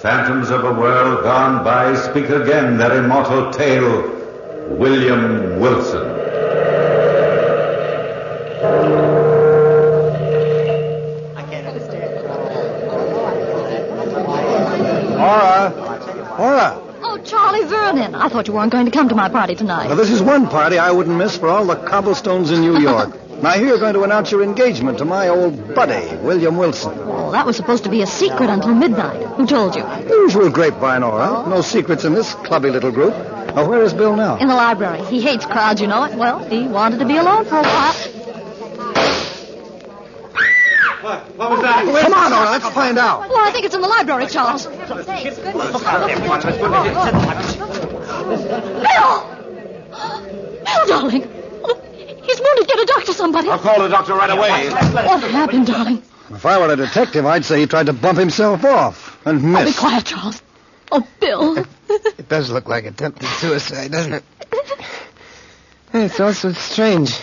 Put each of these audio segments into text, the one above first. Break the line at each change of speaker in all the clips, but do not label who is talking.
phantoms of a world gone by speak again their immortal tale. William Wilson.
Aura! Aura!
Oh, Charlie Vernon. I thought you weren't going to come to my party tonight.
Now, this is one party I wouldn't miss for all the cobblestones in New York. now, here you're going to announce your engagement to my old buddy, William Wilson.
Well, Oh, that was supposed to be a secret until midnight. Who told you?
Usual grapevine, Aura. No secrets in this clubby little group. Now, where is Bill now?
In the library. He hates crowds, you know it. Well, he wanted to be alone for a while.
What was that?
Come on, Aura, let's find out.
Oh, Well, I think it's in the library, Charles. Bill! Bill, darling! Look, He's wounded. Get a doctor, somebody.
I'll call the doctor right away.
What happened, darling?
If I were a detective, I'd say he tried to bump himself off and
Oh, be
miss.
quiet, Charles. Oh, Bill.
It does look like attempted suicide, doesn't it? It's all so strange.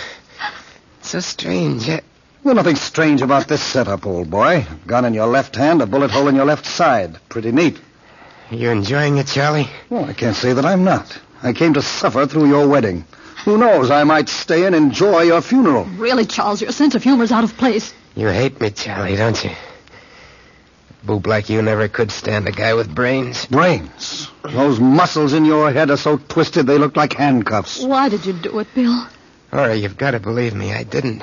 So strange, yet.
Well, nothing strange about this setup, old boy. Gun in your left hand, a bullet hole in your left side. Pretty neat.
You're enjoying it, Charlie?
Well, I can't say that I'm not. I came to suffer through your wedding. Who knows? I might stay and enjoy your funeral.
really, Charles, your sense of humor's out of place.
You hate me, Charlie, don't you? Boob like you never could stand a guy with brains.
Brains. Those muscles in your head are so twisted they look like handcuffs.
Why did you do it, Bill?
All right, you've got to believe me. I didn't.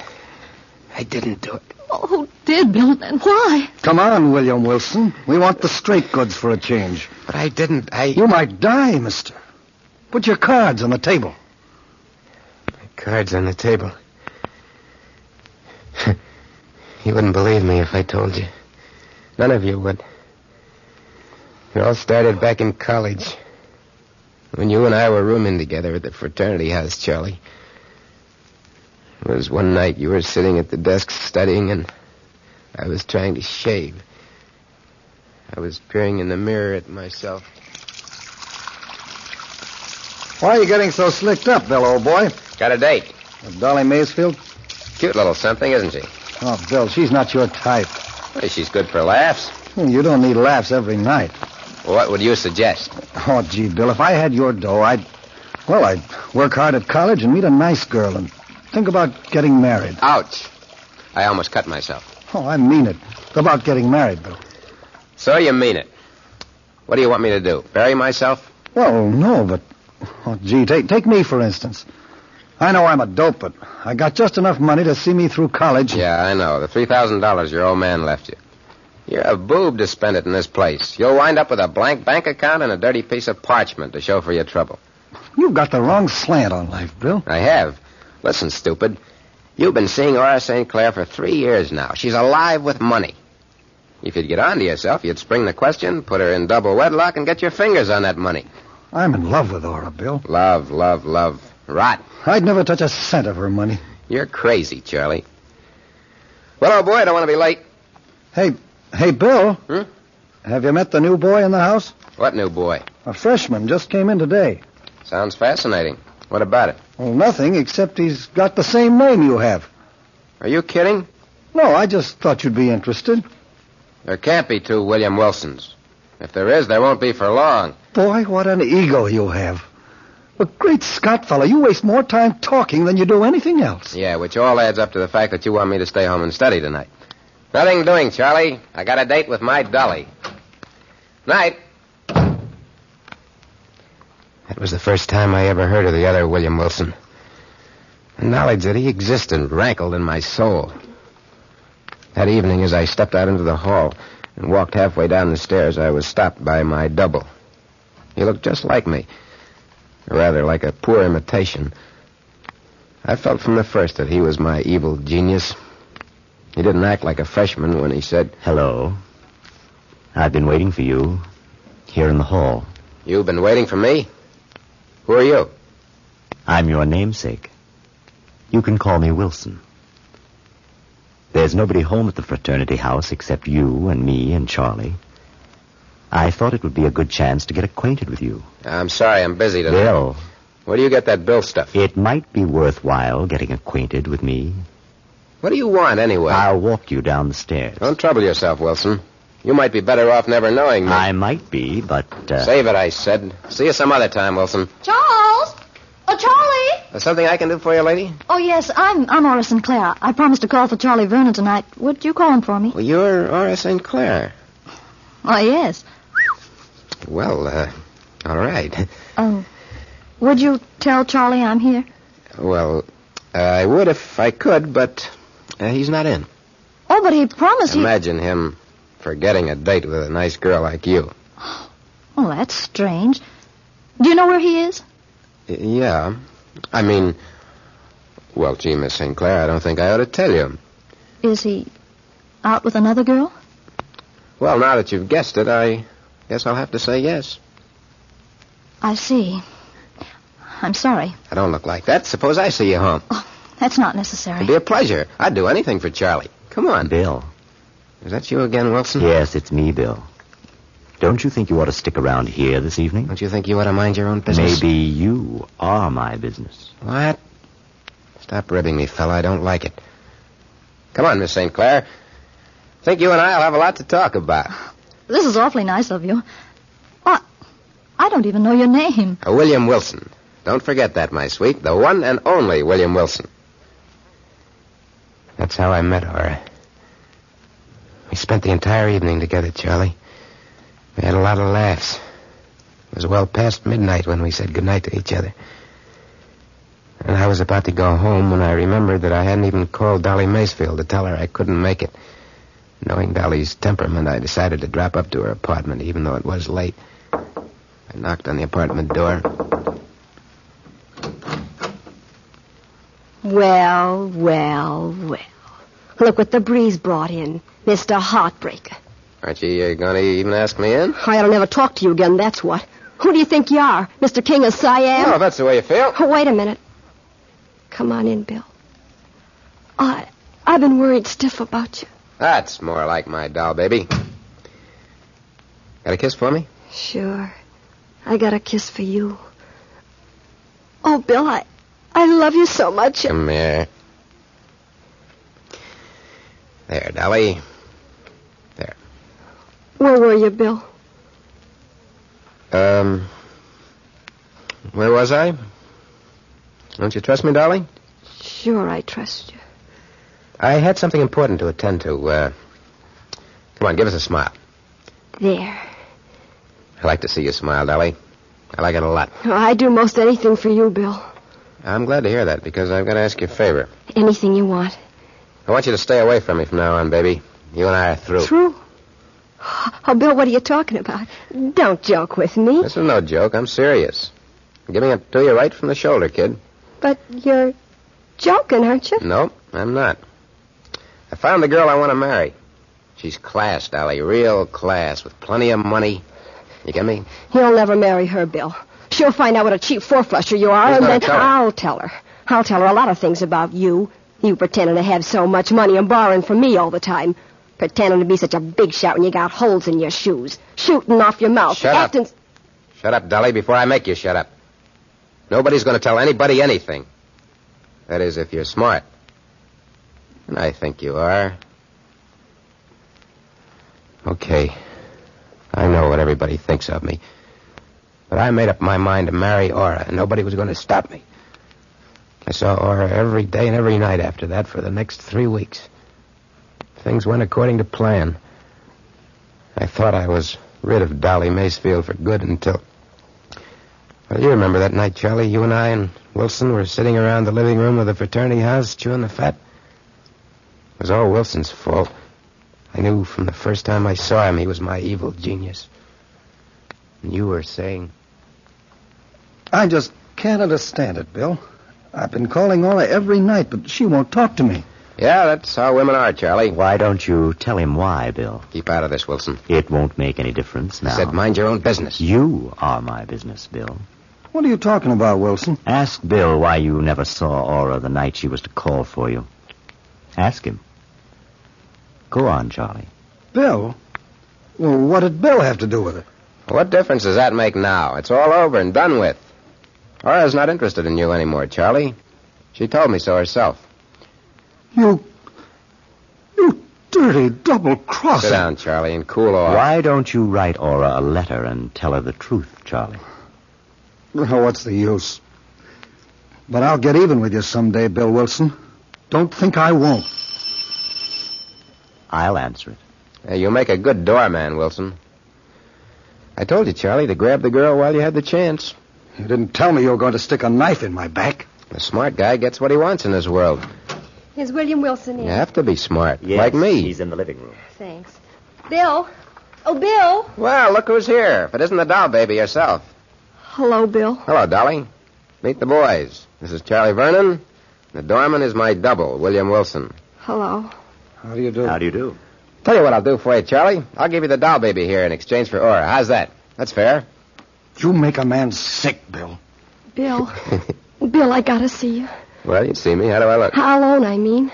I didn't do it.
Oh, who did, Bill? And why?
Come on, William Wilson. We want the straight goods for a change.
But I didn't. I.
You might die, mister. Put your cards on the table.
Cards on the table. you wouldn't believe me if I told you. None of you would. It all started back in college. When you and I were rooming together at the fraternity house, Charlie. It was one night you were sitting at the desk studying and I was trying to shave. I was peering in the mirror at myself.
Why are you getting so slicked up, Bill, old boy?
Got a date.
Dolly Maysfield?
Cute little something, isn't she?
Oh, Bill, she's not your type.
Well, she's good for laughs.
Well, You don't need laughs every night.
What would you suggest?
Oh, gee, Bill, if I had your dough, I'd. Well, I'd work hard at college and meet a nice girl and think about getting married.
Ouch. I almost cut myself.
Oh, I mean it. About getting married, Bill.
So you mean it. What do you want me to do? Bury myself?
Well, no, but. Oh, gee, take, take me, for instance. I know I'm a dope, but I got just enough money to see me through college.
Yeah, I know. The $3,000 your old man left you. You're a boob to spend it in this place. You'll wind up with a blank bank account and a dirty piece of parchment to show for your trouble.
You've got the wrong slant on life, Bill.
I have. Listen, stupid. You've been seeing Aura St. Clair for three years now. She's alive with money. If you'd get on to yourself, you'd spring the question, put her in double wedlock, and get your fingers on that money.
I'm in love with Aura, Bill.
Love, love, love. Rot.
I'd never touch a cent of her money.
You're crazy, Charlie. Well, oh boy, I don't want to be late.
Hey, hey, Bill.
Hmm?
Have you met the new boy in the house?
What new boy?
A freshman just came in today.
Sounds fascinating. What about it?
Well, nothing except he's got the same name you have.
Are you kidding?
No, I just thought you'd be interested.
There can't be two William Wilsons. If there is, there won't be for long.
Boy, what an ego you have. But great Scott, fella, you waste more time talking than you do anything else.
Yeah, which all adds up to the fact that you want me to stay home and study tonight. Nothing doing, Charlie. I got a date with my dolly. Night. That was the first time I ever heard of the other William Wilson. The knowledge that he existed rankled in my soul. That evening, as I stepped out into the hall and walked halfway down the stairs, I was stopped by my double. He looked just like me, or rather like a poor imitation. I felt from the first that he was my evil genius. He didn't act like a freshman when he said,
Hello. I've been waiting for you here in the hall.
You've been waiting for me? Who are you?
I'm your namesake. You can call me Wilson. There's nobody home at the fraternity house except you and me and Charlie. I thought it would be a good chance to get acquainted with you.
I'm sorry, I'm busy today.
Bill,
Where do you get that Bill stuff?
it might be worthwhile getting acquainted with me.
What do you want, anyway?
I'll walk you down the stairs.
Don't trouble yourself, Wilson. You might be better off never knowing me.
I might be, but. Uh,
Save it, I said. See you some other time, Wilson.
Charles! Oh, Charlie!
There's something I can do for you, lady?
Oh, yes, I'm, I'm Aura Sinclair. I promised to call for Charlie Vernon tonight. Would you call him for me?
Well, you're Aura St. Clair.
Oh, yes.
Well, uh, all right.
Um, would you tell Charlie I'm here?
Well, uh, I would if I could, but uh, he's not in.
Oh, but he promised he...
Imagine him forgetting a date with a nice girl like you.
Oh, that's strange. Do you know where he is?
Y- yeah. I mean, well, gee, Miss St. Clair, I don't think I ought to tell you.
Is he out with another girl?
Well, now that you've guessed it, I guess I'll have to say yes.
I see. I'm sorry.
I don't look like that. Suppose I see you home.
Oh, that's not
It'd
necessary.
be a pleasure. I'd do anything for Charlie. Come on.
Bill.
Is that you again, Wilson?
Yes, it's me, Bill. Don't you think you ought to stick around here this evening?
Don't you think you ought to mind your own business?
Maybe you are my business.
What? Stop ribbing me, fella. I don't like it. Come on, Miss St. Clair. Think you and I'll have a lot to talk about.
This is awfully nice of you. What? I don't even know your name.
Uh, William Wilson. Don't forget that, my sweet. The one and only William Wilson. That's how I met Aura. We spent the entire evening together, Charlie. We had a lot of laughs. It was well past midnight when we said goodnight to each other. And I was about to go home when I remembered that I hadn't even called Dolly Macefield to tell her I couldn't make it. Knowing Dolly's temperament, I decided to drop up to her apartment, even though it was late. I knocked on the apartment door.
Well, well, well. Look what the breeze brought in, Mr. Heartbreaker.
Aren't you uh, going to even ask me in?
I ought to never talk to you again, that's what. Who do you think you are, Mr. King of Siam?
Oh, if that's the way you feel.
Oh, wait a minute. Come on in, Bill. I, I've been worried stiff about you.
That's more like my doll, baby. Got a kiss for me?
Sure. I got a kiss for you. Oh, Bill, I, I love you so much.
Come here. There, Dolly. There.
Where were you, Bill?
Um. Where was I? Don't you trust me, Dolly?
Sure, I trust you.
I had something important to attend to. Uh, come on, give us a smile.
There.
I like to see you smile, Dolly. I like it a lot.
Oh, I do most anything for you, Bill.
I'm glad to hear that because I've got to ask you a favor.
Anything you want.
I want you to stay away from me from now on, baby. You and I are through.
True. Oh, Bill, what are you talking about? Don't joke with me.
This is no joke. I'm serious. I'm giving it to you right from the shoulder, kid.
But you're joking, aren't you?
No, I'm not. I found the girl I want to marry. She's class, Dolly. Real class, with plenty of money. You get me?
You'll never marry her, Bill. She'll find out what a cheap four-flusher you are,
Who's
and
gonna
then
tell her?
I'll tell her. I'll tell her a lot of things about you. You pretending to have so much money and borrowing from me all the time. Pretending to be such a big shot when you got holes in your shoes. Shooting off your mouth.
Shut up.
acting...
Shut up, Dolly, before I make you shut up. Nobody's going to tell anybody anything. That is, if you're smart. And I think you are. Okay. I know what everybody thinks of me. But I made up my mind to marry Aura, and nobody was going to stop me. I saw Aura every day and every night after that for the next three weeks. Things went according to plan. I thought I was rid of Dolly Macefield for good until. Well, you remember that night, Charlie. You and I and Wilson were sitting around the living room of the fraternity house chewing the fat. It was all Wilson's fault. I knew from the first time I saw him he was my evil genius. And you were saying.
I just can't understand it, Bill. I've been calling Aura every night, but she won't talk to me.
Yeah, that's how women are, Charlie.
Why don't you tell him why, Bill?
Keep out of this, Wilson.
It won't make any difference
I
now.
said, mind your own business.
You are my business, Bill.
What are you talking about, Wilson?
Ask Bill why you never saw Aura the night she was to call for you. Ask him. Go on, Charlie.
Bill? Well, what did Bill have to do with it?
What difference does that make now? It's all over and done with. Aura's not interested in you anymore, Charlie. She told me so herself.
You. You dirty double crossing.
Sit down, Charlie, and cool off.
Why don't you write Aura a letter and tell her the truth, Charlie?
Well, what's the use? But I'll get even with you someday, Bill Wilson. Don't think I won't.
I'll answer it.
Hey, you make a good doorman, Wilson. I told you, Charlie, to grab the girl while you had the chance.
You didn't tell me you were going to stick a knife in my back.
The smart guy gets what he wants in this world.
Here's William Wilson
You
in.
have to be smart, like me.
He's in the living room.
Thanks. Bill? Oh, Bill.
Well, look who's here. If it isn't the doll baby herself.
Hello, Bill.
Hello, Dolly. Meet the boys. This is Charlie Vernon. The doorman is my double, William Wilson.
Hello.
How do you do?
How do you do?
Tell you what I'll do for you, Charlie. I'll give you the doll baby here in exchange for Aura. How's that? That's fair.
You make a man sick, Bill.
Bill. Bill, I gotta see you.
Well, you see me. How do I look?
How alone, I mean.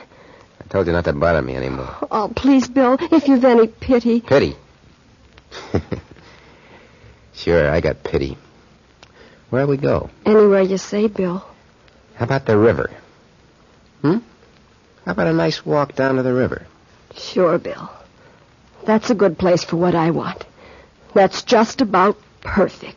I told you not to bother me anymore.
Oh, please, Bill, if you've any pity.
Pity. sure, I got pity. Where we go?
Anywhere you say, Bill.
How about the river? Hmm? How about a nice walk down to the river?
Sure, Bill. That's a good place for what I want. That's just about perfect.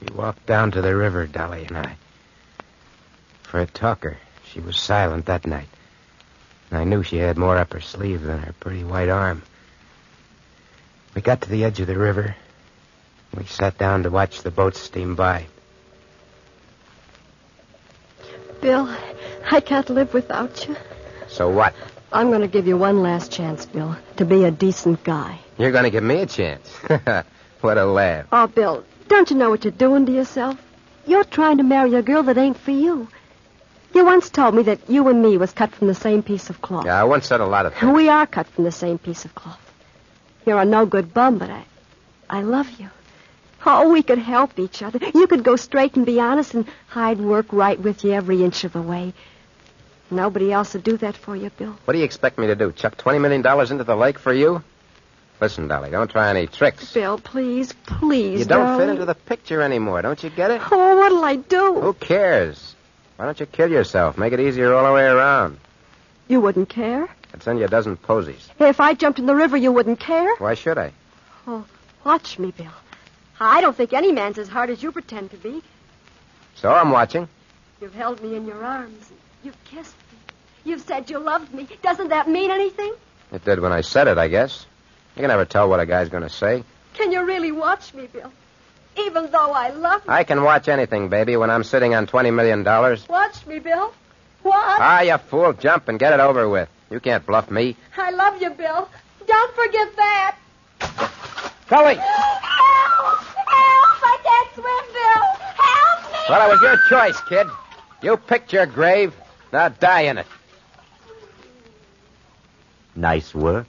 We walked down to the river, Dolly and I. For a talker, she was silent that night. And I knew she had more up her sleeve than her pretty white arm. We got to the edge of the river. We sat down to watch the boats steam by.
Bill, I can't live without you.
So what?
I'm going to give you one last chance, Bill, to be a decent guy.
You're going to give me a chance. what a laugh.
Oh, Bill, don't you know what you're doing to yourself? You're trying to marry a girl that ain't for you. You once told me that you and me was cut from the same piece of cloth.
Yeah, I once said a lot of things.
We are cut from the same piece of cloth. You're a no good bum, but I I love you. Oh, we could help each other. You could go straight and be honest, and I'd work right with you every inch of the way. Nobody else would do that for you, Bill.
What do you expect me to do? Chuck $20 million into the lake for you? Listen, Dolly, don't try any tricks.
Bill, please, please.
you don't fit
darling.
into the picture anymore. Don't you get it?
Oh, what'll I do?
Who cares? Why don't you kill yourself? Make it easier all the way around.
You wouldn't care.
I'd send you a dozen posies.
If I jumped in the river, you wouldn't care.
Why should I?
Oh, watch me, Bill. I don't think any man's as hard as you pretend to be.
So I'm watching.
You've held me in your arms. You've kissed me. You've said you loved me. Doesn't that mean anything?
It did when I said it, I guess. You can never tell what a guy's going to say.
Can you really watch me, Bill? Even though I love you.
I can watch anything, baby, when I'm sitting on $20 million.
Watch me, Bill. Watch.
Ah, you fool. Jump and get it over with. You can't bluff me.
I love you, Bill. Don't forget that.
Dolly!
Help! Help! I can't swim, Bill. Help me.
Well, it was your choice, kid. You picked your grave. Now die in it.
Nice work,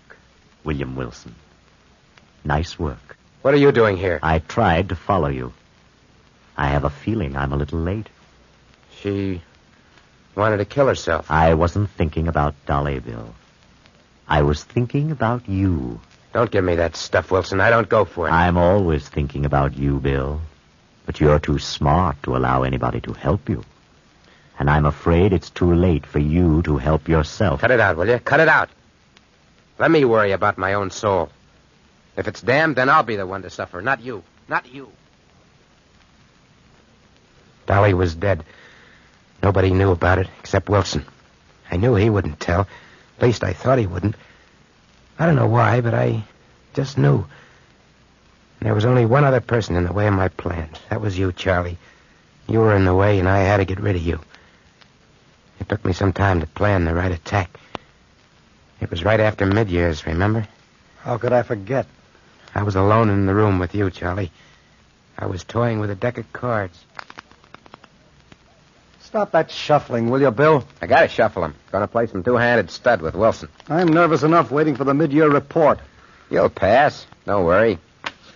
William Wilson. Nice work.
What are you doing here?
I tried to follow you. I have a feeling I'm a little late.
She wanted to kill herself.
I wasn't thinking about Dolly, Bill. I was thinking about you.
Don't give me that stuff, Wilson. I don't go for it.
I'm always thinking about you, Bill. But you're too smart to allow anybody to help you. And I'm afraid it's too late for you to help yourself.
Cut it out, will you? Cut it out. Let me worry about my own soul. If it's damned, then I'll be the one to suffer, not you. Not you. Dolly was dead. Nobody knew about it except Wilson. I knew he wouldn't tell. At least I thought he wouldn't. I don't know why, but I just knew. And there was only one other person in the way of my plans. That was you, Charlie. You were in the way, and I had to get rid of you. It took me some time to plan the right attack. It was right after mid years, remember?
How could I forget?
I was alone in the room with you, Charlie. I was toying with a deck of cards.
Stop that shuffling, will you, Bill?
I gotta shuffle him. Gonna play some two-handed stud with Wilson.
I'm nervous enough waiting for the mid-year report.
You'll pass. Don't worry.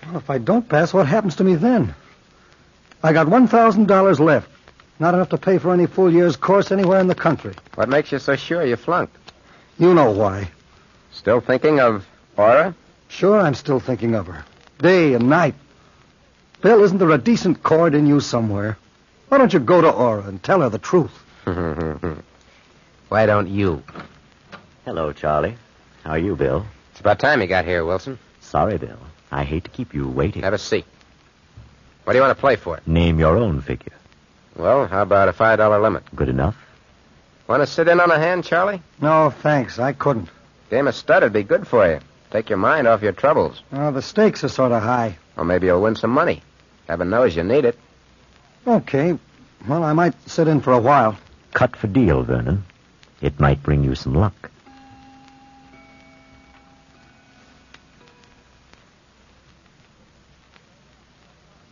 Well, if I don't pass, what happens to me then? I got $1,000 left. Not enough to pay for any full year's course anywhere in the country.
What makes you so sure you flunked?
You know why.
Still thinking of Aura?
Sure, I'm still thinking of her. Day and night. Bill, isn't there a decent chord in you somewhere? Why don't you go to Aura and tell her the truth?
Why don't you?
Hello, Charlie. How are you, Bill?
It's about time you got here, Wilson.
Sorry, Bill. I hate to keep you waiting.
Have a seat. What do you want to play for?
Name your own figure.
Well, how about a $5 limit?
Good enough.
Want to sit in on a hand, Charlie?
No, thanks. I couldn't.
Game of stud would be good for you. Take your mind off your troubles.
Uh, the stakes are sort of high.
Or maybe you'll win some money. Heaven knows you need it.
Okay. Well, I might sit in for a while.
Cut for deal, Vernon. It might bring you some luck.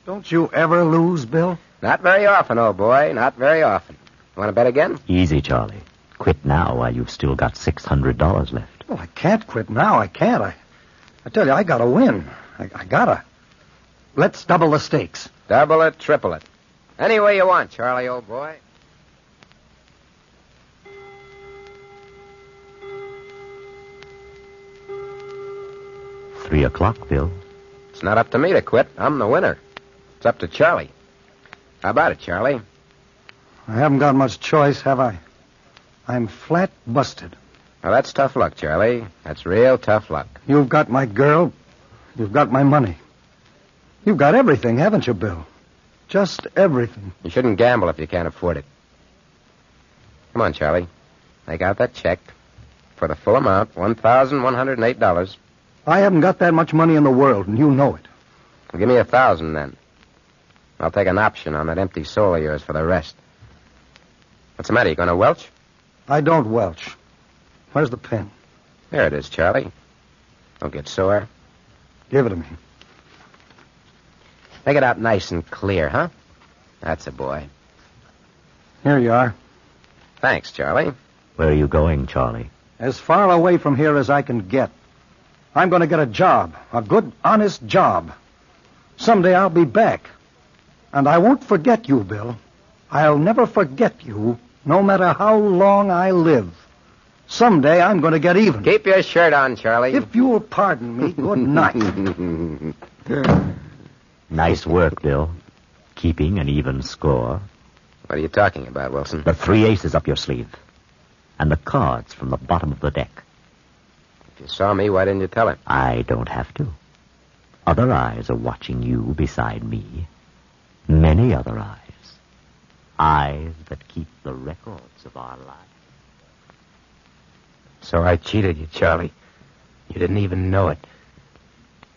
Don't you ever lose, Bill?
Not very often, old boy. Not very often. Want to bet again?
Easy, Charlie. Quit now while you've still got $600 left.
Well, I can't quit now. I can't. I, I tell you, I gotta win. I, I gotta. Let's double the stakes.
Double it, triple it. Any way you want, Charlie, old boy.
Three o'clock, Bill.
It's not up to me to quit. I'm the winner. It's up to Charlie. How about it, Charlie?
I haven't got much choice, have I? I'm flat busted.
Well, that's tough luck, Charlie. That's real tough luck.
You've got my girl. You've got my money. You've got everything, haven't you, Bill? Just everything.
You shouldn't gamble if you can't afford it. Come on, Charlie. Make out that check for the full amount, $1,108. Well,
I haven't got that much money in the world, and you know it.
give me a thousand then. I'll take an option on that empty soul of yours for the rest. What's the matter? You going to welch?
I don't welch. Where's the pen?
There it is, Charlie. Don't get sore.
Give it to me.
Make it out nice and clear, huh? That's a boy.
Here you are.
Thanks, Charlie.
Where are you going, Charlie?
As far away from here as I can get. I'm going to get a job, a good, honest job. Someday I'll be back. And I won't forget you, Bill. I'll never forget you, no matter how long I live. Someday I'm going to get even.
Keep your shirt on, Charlie.
If you'll pardon me, good night.
Nice work, Bill. Keeping an even score.
What are you talking about, Wilson?
The three aces up your sleeve. And the cards from the bottom of the deck.
If you saw me, why didn't you tell him?
I don't have to. Other eyes are watching you beside me. Many other eyes. Eyes that keep the records of our lives.
So I cheated you, Charlie. You didn't even know it.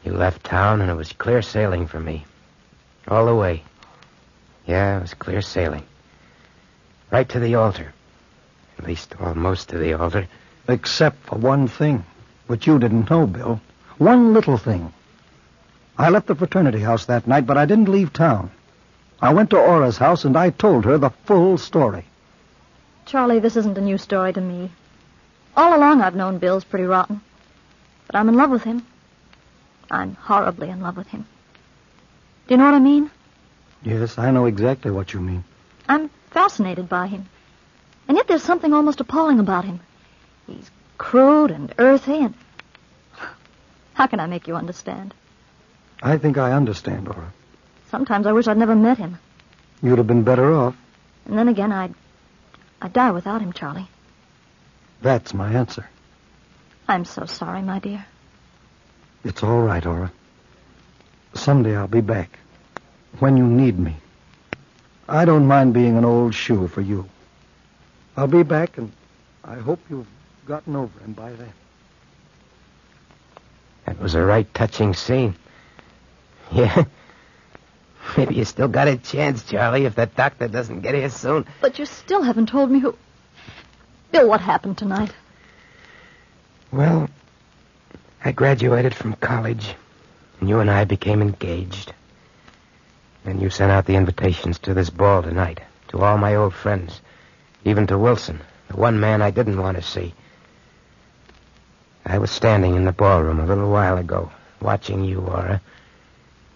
You left town, and it was clear sailing for me. All the way. Yeah, it was clear sailing. Right to the altar. At least almost to the altar.
Except for one thing, which you didn't know, Bill. One little thing. I left the fraternity house that night, but I didn't leave town. I went to Aura's house and I told her the full story.
Charlie, this isn't a new story to me. All along I've known Bill's pretty rotten. But I'm in love with him. I'm horribly in love with him. Do you know what I mean?
Yes, I know exactly what you mean.
I'm fascinated by him. And yet there's something almost appalling about him. He's crude and earthy and. How can I make you understand?
I think I understand, Aura.
Sometimes I wish I'd never met him.
You'd have been better off.
And then again, I'd. I'd die without him, Charlie.
That's my answer.
I'm so sorry, my dear.
It's all right, Aura. Someday I'll be back. When you need me. I don't mind being an old shoe for you. I'll be back, and I hope you've gotten over him by then.
That was a right touching scene. Yeah. Maybe you still got a chance, Charlie, if that doctor doesn't get here soon.
But you still haven't told me who. Bill, what happened tonight?
Well, I graduated from college, and you and I became engaged. And you sent out the invitations to this ball tonight, to to all my old friends, even to Wilson, the one man I didn't want to see. I was standing in the ballroom a little while ago, watching you, Aura,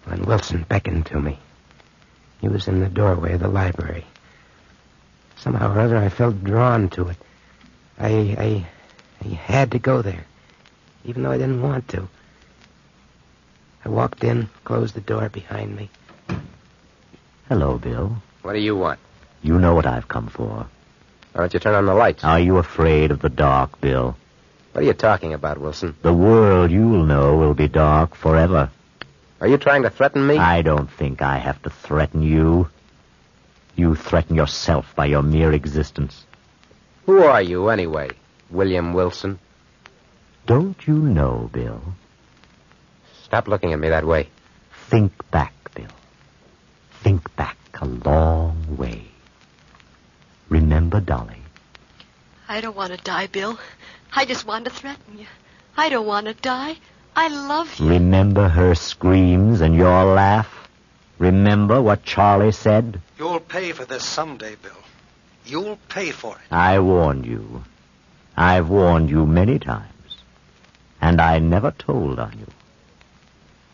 when Wilson beckoned to me. He was in the doorway of the library. Somehow or other, I felt drawn to it. I, I, I had to go there, even though I didn't want to. I walked in, closed the door behind me.
Hello, Bill.
What do you want?
You know what I've come for.
Why don't you turn on the lights?
Are you afraid of the dark, Bill?
What are you talking about, Wilson?
The world you'll know will be dark forever.
Are you trying to threaten me?
I don't think I have to threaten you. You threaten yourself by your mere existence.
Who are you, anyway? William Wilson.
Don't you know, Bill?
Stop looking at me that way.
Think back, Bill. Think back a long way. Remember Dolly.
I don't want to die, Bill. I just want to threaten you. I don't want to die. I love you.
Remember her screams and your laugh. Remember what Charlie said.
You'll pay for this someday, Bill. You'll pay for it.
I warned you. I've warned you many times. And I never told on you.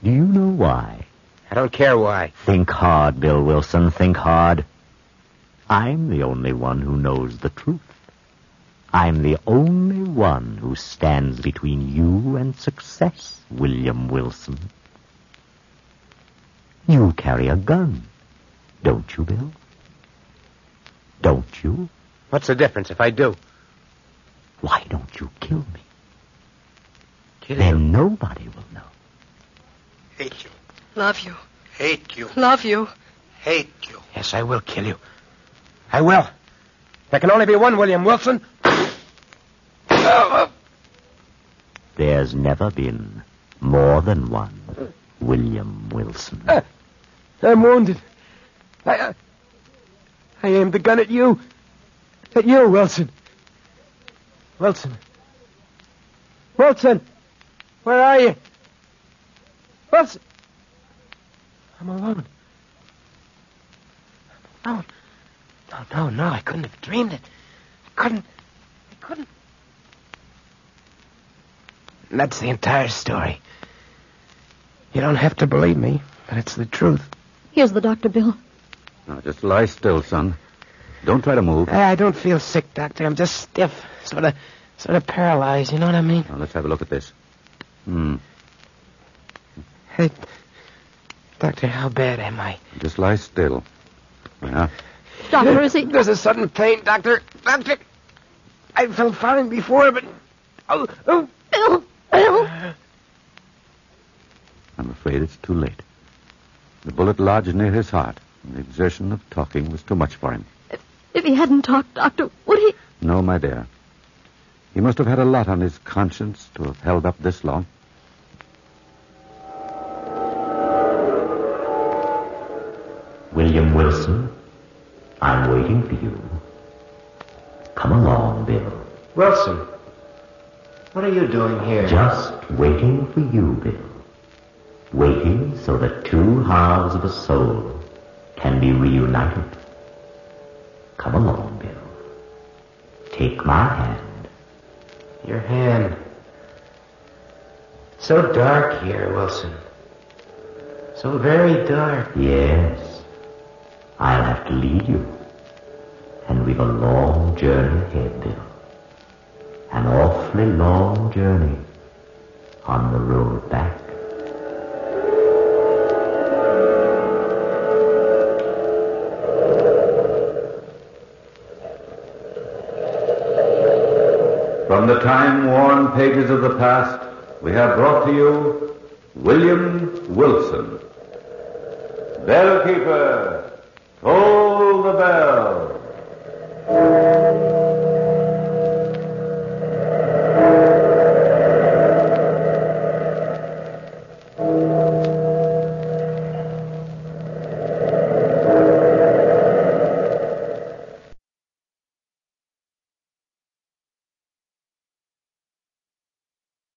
Do you know why?
I don't care why.
Think hard, Bill Wilson. Think hard. I'm the only one who knows the truth. I'm the only one who stands between you and success, William Wilson. You carry a gun, don't you, Bill? Don't you?
What's the difference if I do?
Why don't you kill me?
Kill
then
you.
nobody will know.
Hate you.
Love you.
Hate you.
Love you.
Hate you.
Yes, I will kill you. I will. There can only be one William Wilson. Oh,
There's never been more than one William Wilson.
I'm wounded. I, I, I aimed the gun at you. At you, Wilson. Wilson. Wilson! Where are you? Wilson! I'm alone. I'm alone. No, no, no, I couldn't have dreamed it. I couldn't. I couldn't. And that's the entire story. You don't have to believe me, but it's the truth.
Here's the doctor, Bill.
Now, just lie still, son. Don't try to move.
I, I don't feel sick, Doctor. I'm just stiff, sort of, sort of paralyzed. You know what I mean?
Now, let's have a look at this. Hmm.
Hey, Doctor, how bad am I?
Just lie still. Yeah.
Doctor, is he?
There's a sudden pain, Doctor. Doctor, I felt fine before, but oh, oh,
Bill! Bill!
I'm afraid it's too late. The bullet lodged near his heart. and The exertion of talking was too much for him.
If he hadn't talked, Doctor, would he?
No, my dear. He must have had a lot on his conscience to have held up this long.
William Wilson, I'm waiting for you. Come along, Bill.
Wilson, what are you doing here?
Just waiting for you, Bill. Waiting so that two halves of a soul can be reunited. Come along, Bill. Take my hand.
Your hand. So dark here, Wilson. So very dark.
Yes. I'll have to lead you. And we've a long journey ahead, Bill. An awfully long journey on the road back.
From the time-worn pages of the past, we have brought to you William Wilson. Bellkeeper, toll the bell.